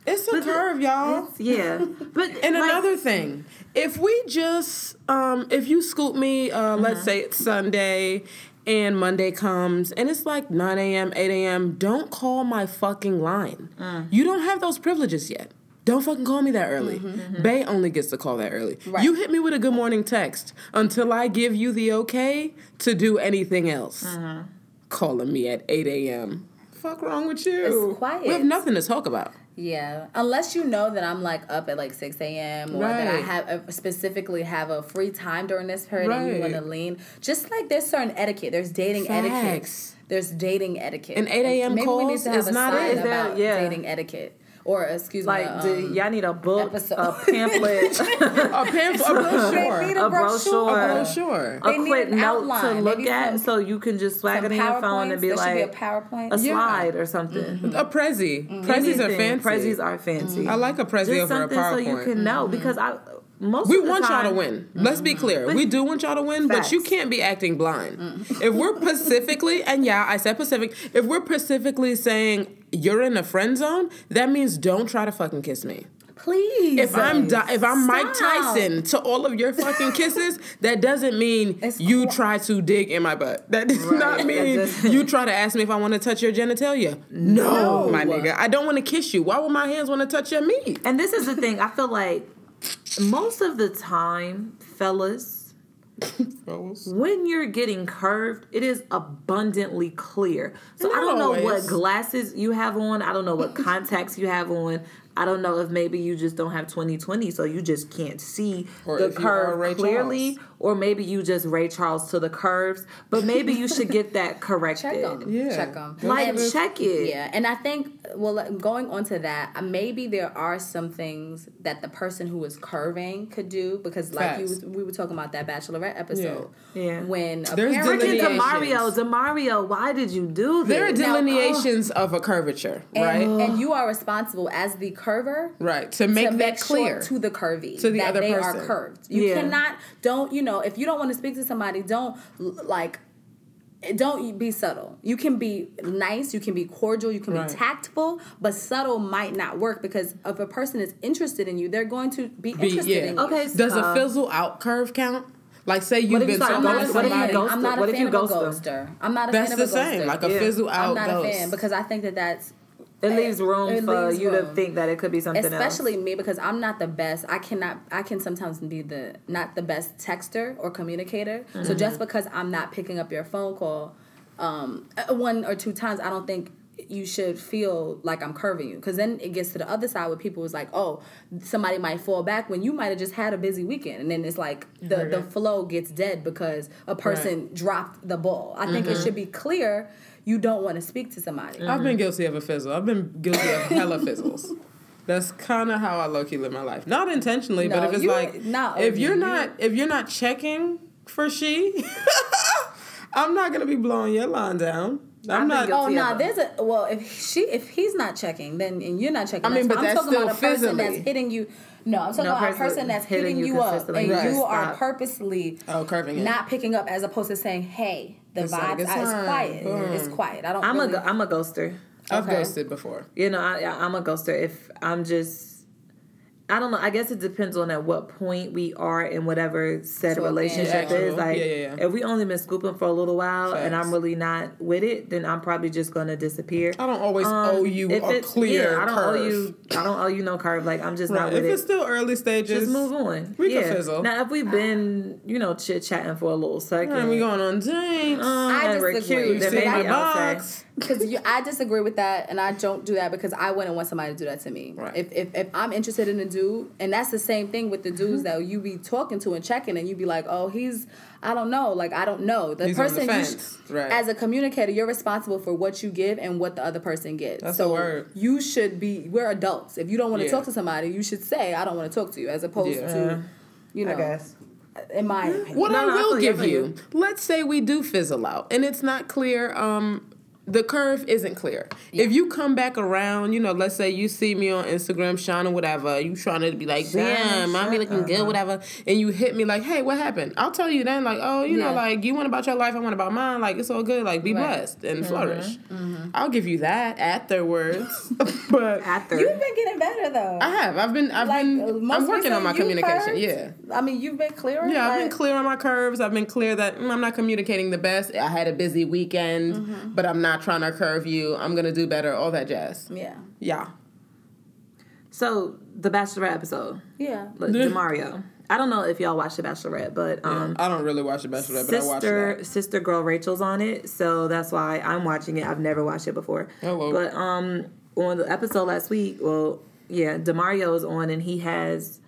S6: it's a curve, y'all.
S4: yeah, but
S6: And
S4: like,
S6: another thing, if we just, um, if you scoop me, uh, let's
S5: Mm-hmm.
S6: say it's Sunday and Monday comes and it's like 9 a.m., 8 a.m., don't call my fucking line.
S5: Mm.
S6: You don't have those privileges yet. Don't fucking call me that early.
S5: Mm-hmm,
S6: Bay only gets to call that early. You hit me with a good morning text until I give you the okay to do anything else.
S5: Mm-hmm.
S6: Calling me at 8 a.m. Fuck wrong with you?
S5: It's quiet.
S6: We have nothing to talk about.
S5: Yeah, unless you know that I'm like up at like six a.m. or that I
S6: Right.
S5: have uh, specifically have a free time during this period, and you
S6: Right.
S5: want to lean. Just like there's certain etiquette. There's dating
S6: Facts.
S5: etiquette. There's dating etiquette.
S6: And 8 a.m.
S5: Maybe we need
S6: calls
S5: to have
S6: is
S5: a
S6: not
S5: sign
S6: it.
S4: Is that-
S5: about
S4: yeah.
S5: dating etiquette or excuse
S4: like,
S5: me. um,
S4: do y'all need a book,
S5: episode.
S4: a pamphlet,
S6: A pamphlet, a brochure.
S5: They need
S4: a
S5: a brochure.
S4: brochure.
S6: brochure.
S4: a
S5: They need
S4: quick
S5: an
S4: note to
S5: outline,
S4: look
S5: maybe
S4: at,
S5: some-
S4: so you can just swag
S5: some
S4: it in your phone and
S5: PowerPoints.
S4: be
S5: There should
S4: like
S5: be a PowerPoint.
S4: a
S5: Yeah.
S4: slide or something.
S6: A Prezi. Prezzies are
S4: Mm. Anything.
S6: fancy.
S4: Prezzies are fancy.
S5: Mm-hmm.
S6: I like a Prezi
S4: Just
S6: over a
S4: something so you
S6: PowerPoint.
S4: can know because I most
S6: we
S4: of the
S6: want y'all
S4: time-
S6: to win. Let's be clear. we do want y'all to win, but you
S4: Facts. Mm.
S6: can't be acting blind. If we're specifically, and yeah, I said Pacific, if we're specifically saying you're in a friend zone, that means don't try to fucking kiss me.
S5: Please.
S6: If I'm di- if I'm Mike
S5: Stop.
S6: Tyson to all of your fucking kisses, that doesn't mean
S5: It's
S6: you
S5: qu-
S6: try to dig in my butt. That does not mean
S4: doesn't-
S6: you try to ask me if I want to touch your genitalia. No,
S5: No.
S6: my nigga, I don't want to kiss you. Why would my hands want to touch your meat?
S4: And this is the thing. I feel like most of the time, fellas, when you're getting curved, it is abundantly clear. So I
S6: Not
S4: don't know
S6: always.
S4: what glasses you have on. I don't know what contacts you have on. I don't know if maybe you just don't have 2020, so you just can't see
S6: Or
S4: the
S6: if you are Ray
S4: curve clearly,
S6: Charles.
S4: or maybe you just Ray Charles to the curves. But maybe you should get that corrected.
S5: Check them.
S6: Yeah.
S5: Check them.
S4: Like, check it.
S5: Yeah. And I think, well, like, going on to that, uh, maybe there are some things that the person who is curving could do because, like, you
S6: Facts.
S5: was, we were talking about that Bachelorette episode.
S4: Yeah. Yeah.
S5: When a
S6: There's
S5: parent-
S4: Freaking
S6: delineations. oh,
S4: Demario, Demario, why did you do this?
S6: There are
S5: Now, uh,
S6: delineations of a curvature, right?
S5: and, and you are responsible as the curver
S6: right. To make
S5: to
S6: that
S5: make
S6: clear.
S5: sure to the curvy
S6: To the
S5: that
S6: other
S5: they are
S6: person.
S5: curved. You
S4: Yeah.
S5: cannot don't you know if you don't want to speak to somebody, don't l- like don't be subtle. You can be nice, you can be cordial, you can
S6: Right.
S5: be tactful, but subtle might not work because if a person is interested in you, they're going to be,
S6: Be-
S5: interested
S6: yeah.
S5: in you.
S4: Okay,
S6: Does a fizzle out curve count? Like say you've
S4: What if
S6: been
S4: you start
S6: talking
S5: I'm not
S6: to
S5: a
S4: What if you
S6: somebody.
S5: fan.
S4: ghost
S5: I'm
S4: them?
S5: not a
S4: What if
S5: fan
S4: you
S5: of a
S4: ghost
S5: ghoster. I'm not a
S6: That's
S5: fan
S6: the
S5: of a
S6: same.
S5: ghoster.
S6: Like a
S4: Yeah.
S6: fizzle out
S5: I'm not
S6: ghost.
S5: a fan because I think that that's
S4: It leaves room
S5: it
S4: for
S5: leaves
S4: you to
S5: room.
S4: think that it could be something
S5: especially me because i'm not the best i cannot i can sometimes be the not the best texter or communicator so just because i'm not picking up your phone call um uh, one or two times i don't think you should feel like i'm curving you because then it gets to the other side where people was like oh somebody might fall back when you might have just had a busy weekend and then it's like the, the flow gets dead because a person dropped the ball i think it should be clear you don't want to speak to somebody
S6: I've been guilty of a fizzle. I've been guilty of hella fizzles. That's kind of how I low key live my life. Not intentionally, but
S5: No,
S6: if it's
S5: you-
S6: like,
S5: no,
S6: if you're
S5: you-
S6: not if you're not checking for she, I'm not gonna be blowing your line down. I'm not.
S5: Oh no,
S4: guilty
S5: nah,
S4: of
S5: there's a well. If she, if he's not checking, then and you're not checking.
S6: I mean, but
S5: I'm
S6: that's
S5: talking about a
S6: still
S5: person that's
S6: physically.
S5: hitting you. No, I'm talking
S4: No,
S5: about a
S4: person
S5: person that's
S4: hitting
S5: hitting
S4: you
S5: you up,
S4: consistently.
S5: and
S6: Right.
S5: you are
S4: Stop.
S5: purposely
S6: Oh, curving it.
S5: not picking up, as opposed to saying, "Hey, the
S6: It's like
S5: vibe
S6: it's
S5: is
S6: fine.
S5: quiet.
S6: Mm.
S5: It's quiet. I don't."
S4: I'm
S5: really,
S4: a I'm a ghoster.
S6: I've
S5: okay.
S6: ghosted before.
S4: You know, I, I- I'm a ghoster. If I'm just, I don't know. I guess it depends on at what point we are in whatever said
S5: So, yeah,
S4: relationship
S6: true.
S4: is. Like,
S6: Yeah, yeah, yeah.
S4: if we only been scooping for a little while and
S6: Facts.
S4: I'm really not with it, then I'm probably just gonna disappear. Um,
S6: I don't always owe you
S4: if
S6: a
S4: it's-
S6: clear
S4: I don't
S6: curve.
S4: owe you. I don't owe you no curve. Like, I'm just not
S6: Right. If
S4: with it.
S6: it's still early stages,
S4: just move on.
S6: we
S4: yeah.
S6: can fizzle.
S4: Now, if we've been, you know, chit chatting for a little second,
S6: And we going on dates.
S4: um,
S5: I
S4: and we're
S5: disagree.
S4: cute,
S5: You
S6: you
S4: then
S6: see
S4: maybe
S6: my
S4: I'll say,
S6: box.
S5: because I disagree with that, and I don't do that because I wouldn't want somebody to do that to me.
S6: Right.
S5: If, if if I'm interested in a dude, and that's the same thing with the
S6: Mm-hmm.
S5: dudes that you be talking to and checking, and you be like, oh, he's I don't know, like I don't know the
S6: He's on the
S5: person. you sh-
S6: fence, right.
S5: As a communicator, you're responsible for what you give and what the other person gets.
S6: That's
S5: so
S6: the word.
S5: you should be. We're adults. If you don't want to
S6: Yeah.
S5: talk to somebody, you should say, I don't want to talk to you, as opposed
S6: Yeah.
S5: to, you know,
S4: I guess.
S5: in my opinion.
S6: What
S4: No,
S6: I
S4: no, I
S6: will
S4: feel you, I
S6: give
S4: feel
S6: you,
S4: you.
S6: let's say we do fizzle out and it's not clear, um, the curve isn't clear. If you come back around, you know, let's say you see me on Instagram, Shauna, whatever, you trying to be like, damn, mommy looking good,
S4: uh-huh.
S6: whatever, and you hit me like, hey, what happened? I'll tell you then, like, oh, you know,
S5: Yeah.
S6: like, you went about your life, I went about mine, like, it's all good, like, be blessed and
S4: Mm-hmm.
S6: flourish. I'll give you that afterwards, but
S4: After uh,
S5: You've been getting better though.
S6: I have, I've been, I've
S5: Like,
S6: been,
S5: most
S6: I'm working on
S5: recent
S6: my
S5: you
S6: communication,
S5: curves,
S6: yeah.
S5: I mean, you've been clearer.
S6: Yeah, I've
S5: like-
S6: been clear on my curves. I've been clear that mm, I'm not communicating the best. I had a busy weekend, but I'm not trying to curve you. I'm gonna do better. All that jazz.
S5: Yeah.
S6: Yeah.
S4: so the Bachelorette episode,
S5: Yeah.
S4: like, Demario. I don't know if y'all watch the Bachelorette, but um,
S6: I don't really watch the Bachelorette, but I watch
S4: sister
S6: that.
S4: sister girl Rachel's on it, so that's why I'm watching it. I've never watched it before.
S6: Hello.
S4: But um on the episode last week, well, yeah, Demario's on and he has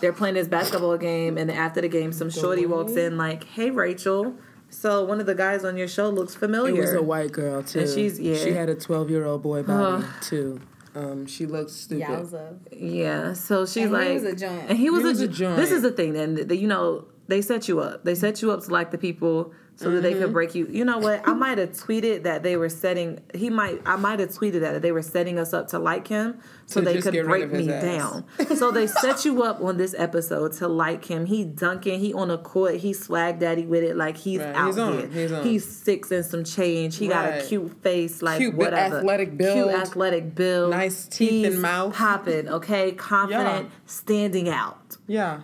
S4: they're playing this basketball game and after the game some shorty walks in like, "Hey Rachel, so one of the guys on your show looks familiar."
S6: white girl too.
S4: And she's- yeah. She had
S6: a 12 year old boy body too. Um, she looked stupid.
S5: Yowza.
S4: Yeah, so she's
S5: And
S4: like,
S5: he was a giant.
S4: and he was,
S6: He
S4: a,
S6: was a
S4: gi-
S6: giant.
S4: This is the thing, and th- you know they set you up. They set you up to like the people so that
S6: Mm-hmm.
S4: they could break you. You know what? I might have tweeted that they were setting. He might. I might have tweeted that they were setting us up to like him so
S6: To
S4: they
S6: just
S4: could
S6: get rid
S4: break
S6: of his
S4: me
S6: ass.
S4: down. so they set you up on this episode to like him. He dunking. He on a court. He swag daddy with it. Like he's
S6: Right,
S4: out
S6: he's on,
S4: here.
S6: he's on.
S4: six and some change. He got
S6: Right.
S4: a cute face. Like
S6: Cute, big
S4: whatever.
S6: athletic
S4: Cute
S6: build.
S4: athletic build.
S6: Nice teeth and
S4: He's
S6: mouth.
S4: popping, okay? Confident,
S6: Yeah.
S4: standing out.
S6: Yeah.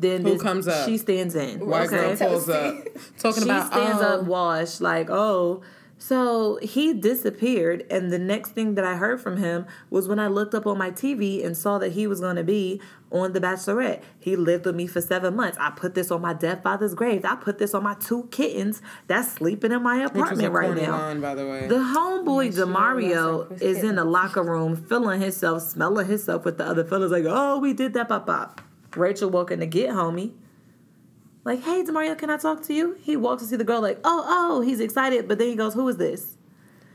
S4: Then
S6: Who
S4: this-
S6: comes up?
S4: She stands in.
S6: White girl
S4: okay.
S6: pulls up. Talking
S4: she
S6: about
S4: stands
S6: oh,
S4: up, wash, like, oh. So he disappeared, and the next thing that I heard from him was when I looked up on my TV and saw that he was going to be on The Bachelorette. He lived with me for seven months. I put this on my dead father's grave. I put this on my two kittens that's sleeping in my
S6: which was a
S4: apartment right
S6: corny
S4: now.
S6: line, by the way.
S4: The homeboy Demario
S5: Chris
S4: is in the locker room feeling himself, smelling himself with the other fellas. Like, oh, we did that, pop pop. Rachel walking to get homie. Like, hey, Demario, can I talk to you? He walks to see the girl. Like, oh, oh, he's excited, but then he goes, who is this?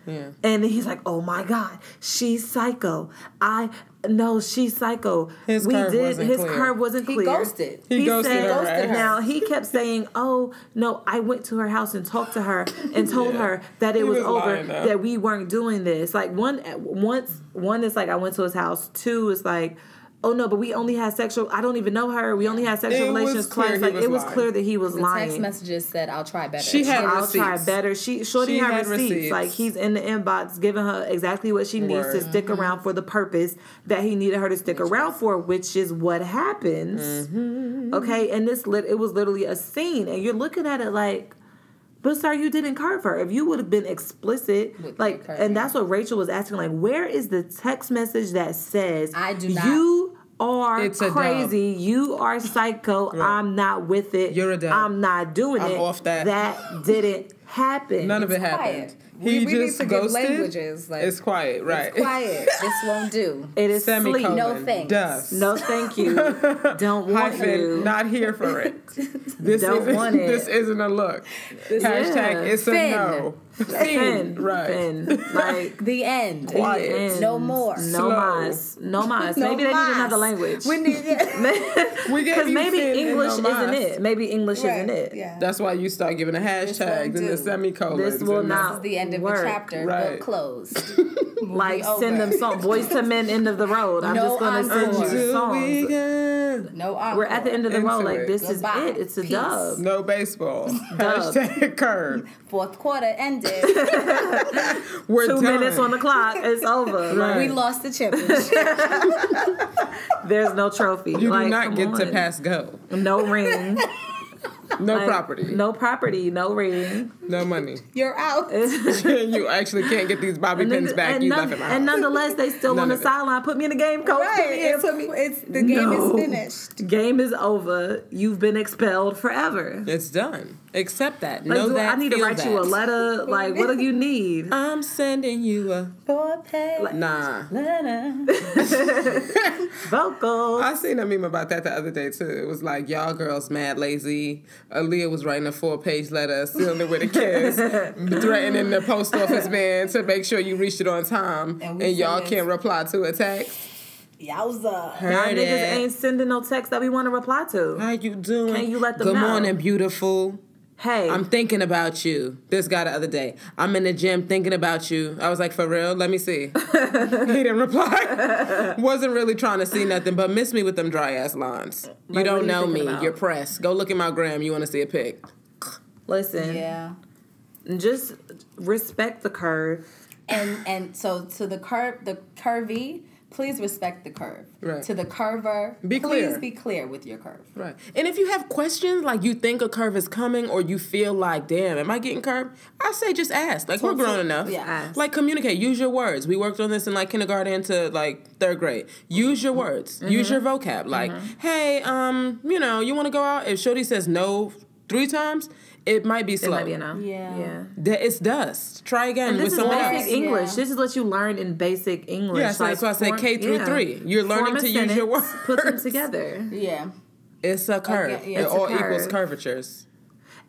S6: yeah.
S4: And he's like, oh my God, she's psycho. I know she's psycho.
S6: His curve wasn't
S4: his
S6: clear.
S4: curve wasn't
S5: He
S4: clear.
S5: ghosted.
S6: He ghosted her ass.
S4: Now he kept saying, "Oh no, I went to her house and talked to her and told her that it was,
S6: was
S4: over,
S6: lying, though.
S4: that we weren't doing this." Like one, once one is like, "I went to his house." Two is like. Oh no! But we only had sexual. I don't even know her. We only had sexual
S6: It was
S4: relations
S6: clear
S4: twice.
S6: he
S4: Like
S6: was
S4: it was
S6: lying.
S4: clear that he was
S5: The
S4: lying.
S5: text messages said, "I'll try better."
S6: She had
S4: I'll try
S6: receipts.
S4: better. She shorty
S6: She
S4: her
S6: had
S4: receipts.
S6: receipts.
S4: Like he's in the inbox giving her exactly what she needs to
S6: Word. Mm-hmm.
S4: stick around for the purpose that he needed her to stick around for, which is what
S6: Mm-hmm.
S4: happens. Okay, and this lit it was literally a scene, and you're looking at it like, But sir, you didn't curve her. If you would have been explicit,
S5: With-
S4: like,
S5: with curving.
S4: and that's what Rachel was asking. Like, where is the text message that says,
S5: I do not-
S4: You are
S6: It's a dub.
S4: crazy. You are psycho. I'm not with it.
S6: You're a dub.
S4: I'm not doing
S6: I'm
S4: it.
S6: off that."
S4: That didn't happen.
S6: None of it
S5: quiet.
S6: happened.
S5: We- we need to give languages, like-
S6: it's quiet, right?
S5: Quiet. this won't do.
S4: It is sleep.
S6: Semicolon.
S5: No thanks.
S6: Dust.
S4: No, thank you. Don't want
S6: Hyphen,
S4: you.
S6: not here for it. This
S4: Don't
S6: isn't,
S4: want it.
S6: This isn't a look. Hashtag it's
S5: Fin.
S6: a no.
S4: Fin,
S6: right.
S4: Fin. Like
S5: The end.
S6: Quiet.
S4: fin.
S5: No more.
S4: No mas. No mas.
S5: No
S4: Maybe they need
S5: mas.
S4: another language.
S5: We need it.
S6: We gave
S4: Because
S6: you
S4: maybe
S6: fin and
S4: English
S6: no
S4: isn't
S6: mas.
S4: it. Maybe English isn't it.
S5: Yeah.
S6: That's why you start giving a hashtag
S5: won't
S6: and
S5: do.
S6: the semicolon.
S4: This will not
S5: the end of
S4: work.
S5: the chapter.
S6: Right.
S5: Book closed.
S4: Like
S5: Movie
S4: send
S5: over.
S4: them song. Boys to men, end of the road. I'm
S5: No
S4: just gonna send
S5: encore.
S4: you
S6: Until we
S4: songs.
S6: get
S5: No encore.
S4: We're at the end of the
S6: Into
S4: road. Like
S6: it.
S4: this
S5: Goodbye.
S4: is it. It's a
S5: Peace.
S4: dub.
S6: no baseball. hashtag curve.
S5: Fourth quarter ended.
S6: We're
S4: Two
S6: done.
S4: minutes on the clock. It's over. Like,
S5: we lost the championship.
S4: there's no trophy.
S6: You
S4: like, come
S6: do not get to
S4: on.
S6: pass go.
S4: No ring.
S6: No property. No,
S4: No property. No ring.
S6: money.
S5: You're out.
S6: you actually can't get these bobby pins back.
S4: and,
S6: You
S4: none-
S6: left in my
S4: and
S6: house.
S4: nonetheless, they still
S6: None
S4: on the
S6: of it.
S4: sideline. Put me in the game, coach. Put me in.
S5: It's, it's the game
S4: No.
S5: is finished.
S4: Game is over. You've been expelled forever.
S6: It's done. Accept that.
S4: Like,
S6: know
S4: do
S6: that.
S4: I need to
S6: feel
S4: write
S6: that.
S4: you a letter? Like, what do you need?
S6: I'm sending you a
S5: Four pay.
S6: nah.
S4: Vocal.
S6: I seen a meme about that the other day too. It was like y'all girls mad lazy. Aaliyah was writing a four page letter, sealing it with a kiss, threatening the post office man to make sure you reached it on time,
S5: And
S6: and,
S5: we
S6: y'all
S5: send it.
S6: can't reply to a text.
S5: Yowza.
S4: Y'all
S6: Heard
S4: niggas
S6: it.
S4: ain't sending no text that we want to reply to.
S6: How you doing?
S4: Can you let them
S6: Good
S4: know?
S6: morning, beautiful.
S4: Hey,
S6: I'm thinking about you. This guy the other day. I'm in the gym thinking about you. I was like, for real? Let me see. he didn't reply. Wasn't really trying to see nothing, but miss me with them dry ass lines. You
S4: Like, what are
S6: don't
S4: you
S6: know
S4: thinking
S6: me.
S4: about?
S6: You're pressed. Go look at my gram. You want to see a pic.
S4: listen.
S5: Yeah.
S4: Just respect the curve.
S5: And and so to the curve the curvy, please respect the curve.
S6: Right.
S5: To the curver,
S6: Be
S5: please
S6: clear.
S5: be clear with your curve.
S6: Right. And if you have questions, like you think a curve is coming or you feel like, damn, am I getting curved? I say just ask. Like, we're grown enough.
S5: yeah. Ask.
S6: Like, communicate. Use your words. We worked on this in like kindergarten to like third grade. Use your words.
S4: Mm-hmm.
S6: Use your vocab. Like, hey, um, you know, you want to go out? If Shody says no three times, it might be
S4: It
S6: slow.
S4: might be enough.
S5: Yeah.
S4: Yeah.
S6: That- it's dust. Try again
S4: And
S6: with
S4: this is
S6: someone
S4: basic
S6: else.
S5: Yeah.
S4: English. This is what you learn in basic English.
S6: Yeah, so that's why I say K through three. You're learning
S4: a
S6: to use your
S4: sentence, Put them
S6: words.
S4: together.
S5: Yeah.
S6: It's a curve.
S5: yeah,
S6: it
S5: it's a
S6: all
S4: curve.
S6: equals curvatures.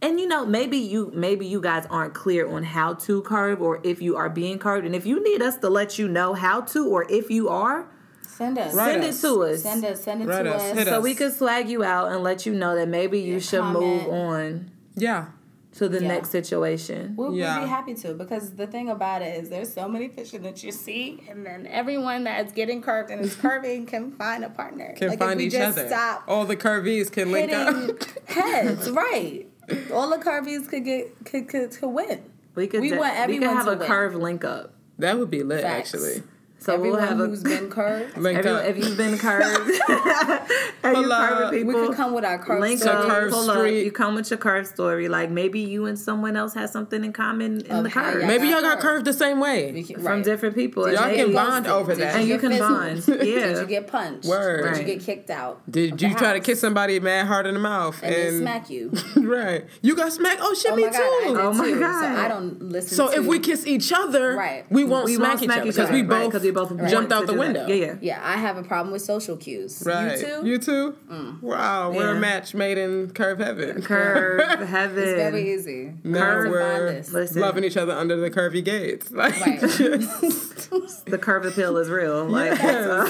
S4: And you know, maybe you maybe you guys aren't clear on how to curve or if you are being curved. And if you need us to let you know how to or if you are,
S5: Send us.
S6: Right.
S4: send
S6: us.
S4: it to us.
S5: Send us. Send it
S6: Right
S5: to
S6: us.
S5: us.
S6: Hit
S4: So
S6: us.
S4: we could swag you out and let you know that maybe you should move on
S6: Yeah.
S4: to the
S5: Yeah.
S4: next situation.
S5: We'll, we'll
S6: Yeah.
S5: be happy to because the thing about it is there's so many fish in that you see, and then everyone that is getting curved and is curving can find a partner.
S6: Can
S5: like if
S6: find
S5: we
S6: each
S5: just
S6: other. Oh
S5: Stop
S6: all the curvies can link up.
S5: hitting heads, right? All the curvies could get could could, could win.
S4: We could
S5: We
S4: de-
S5: want
S4: we could
S5: everyone
S4: have
S5: to
S4: a
S5: win.
S4: curve link up.
S6: That would be lit,
S5: Facts.
S6: actually.
S4: So
S5: everyone
S4: we'll have a
S5: who's been curved.
S6: Linked
S4: every-
S6: up.
S4: if you've been curved, and you
S6: Pull up.
S4: curving
S5: We
S4: people,
S5: could come with our curves.
S4: link
S5: so
S4: up,
S6: curve
S4: pull
S6: street.
S4: up. You come with your curve story. Like maybe you and someone else has something in common in the
S5: how
S4: curve
S5: y'all
S6: Maybe y'all got
S5: curved.
S6: curved the same way.
S5: can-
S4: from
S5: right.
S4: different people.
S6: Y'all
S4: And
S6: can
S4: maybe-
S6: bond over that.
S4: And you
S5: get
S4: can
S5: physical?
S4: bond. Yeah.
S5: Did you get punched?
S6: Word.
S5: Did you
S4: Right.
S5: get kicked out? of
S6: Did
S5: the
S6: you try to
S5: house?
S6: kiss somebody mad hard in the mouth?
S5: and, then smack you?
S6: right. You got smacked. Oh shit,
S5: Oh
S6: me
S5: my god! I
S6: too.
S5: did
S4: Oh my
S5: too.
S4: God.
S5: So I don't listen.
S6: so
S5: to,
S6: if we kiss each other,
S5: Right.
S6: we won't
S4: We
S6: smack
S4: won't
S6: each
S4: smack
S6: other
S4: each
S6: because we
S4: other, right,
S6: both
S4: 'cause we both want
S6: jumped
S4: to
S6: out the
S4: do that.
S6: window.
S4: Yeah, yeah.
S5: Yeah, I have a problem with social cues.
S6: Right.
S5: You too? Mm.
S6: You too? Wow, we're
S4: Yeah.
S6: a match made in curve heaven.
S4: Curve heaven.
S5: It's very easy.
S6: now
S4: curve
S6: we're
S5: bondus.
S4: Listen.
S6: loving each other under the curvy gates. Like,
S5: Right.
S4: the curve appeal is real. Like
S6: Yes.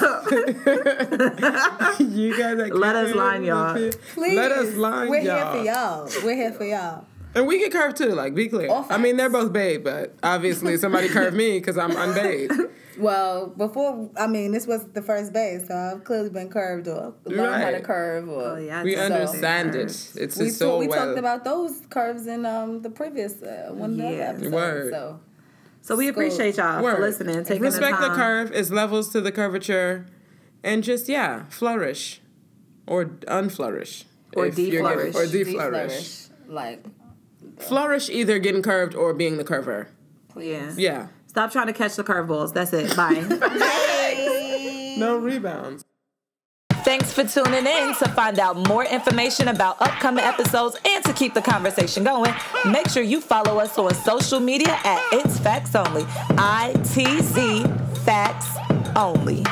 S6: you guys are
S4: Let us line y'all.
S5: Please,
S6: Let us line
S5: We're
S6: y'all.
S5: here for y'all. We're here for y'all.
S6: And we get curved too, like be clear.
S5: All
S6: I mean, they're both bathed, but obviously somebody curved me because I'm unbathed.
S5: Well, before I mean, this was the first base, so I've clearly been curved or learned how to
S6: Right.
S5: curve. Or
S4: Oh, yeah, I
S6: We
S4: just-
S6: understand it.
S4: curves.
S6: It's
S5: we,
S6: just so
S5: we
S6: well.
S5: talked about those curves in um the previous uh, one of the
S4: Yeah.
S5: other episodes.
S6: Word.
S5: So
S4: So we appreciate y'all
S6: Word.
S4: for listening, taking
S6: Respect
S4: the
S6: the,
S4: time.
S6: curve. It's levels to the curvature, and just yeah, flourish, or unflourish,
S4: Or
S6: if you're getting-
S4: deflourish.
S6: or deflourish.
S5: flourish. Like
S6: Flourish either getting curved or being the curver.
S4: Yeah.
S6: Yeah.
S4: Stop trying to catch the curveballs. That's it. Bye.
S6: No rebounds.
S4: Thanks for tuning in. To find out more information about upcoming episodes and to keep the conversation going, make sure you follow us on social media at It's Facts Only. I T Z Facts Only.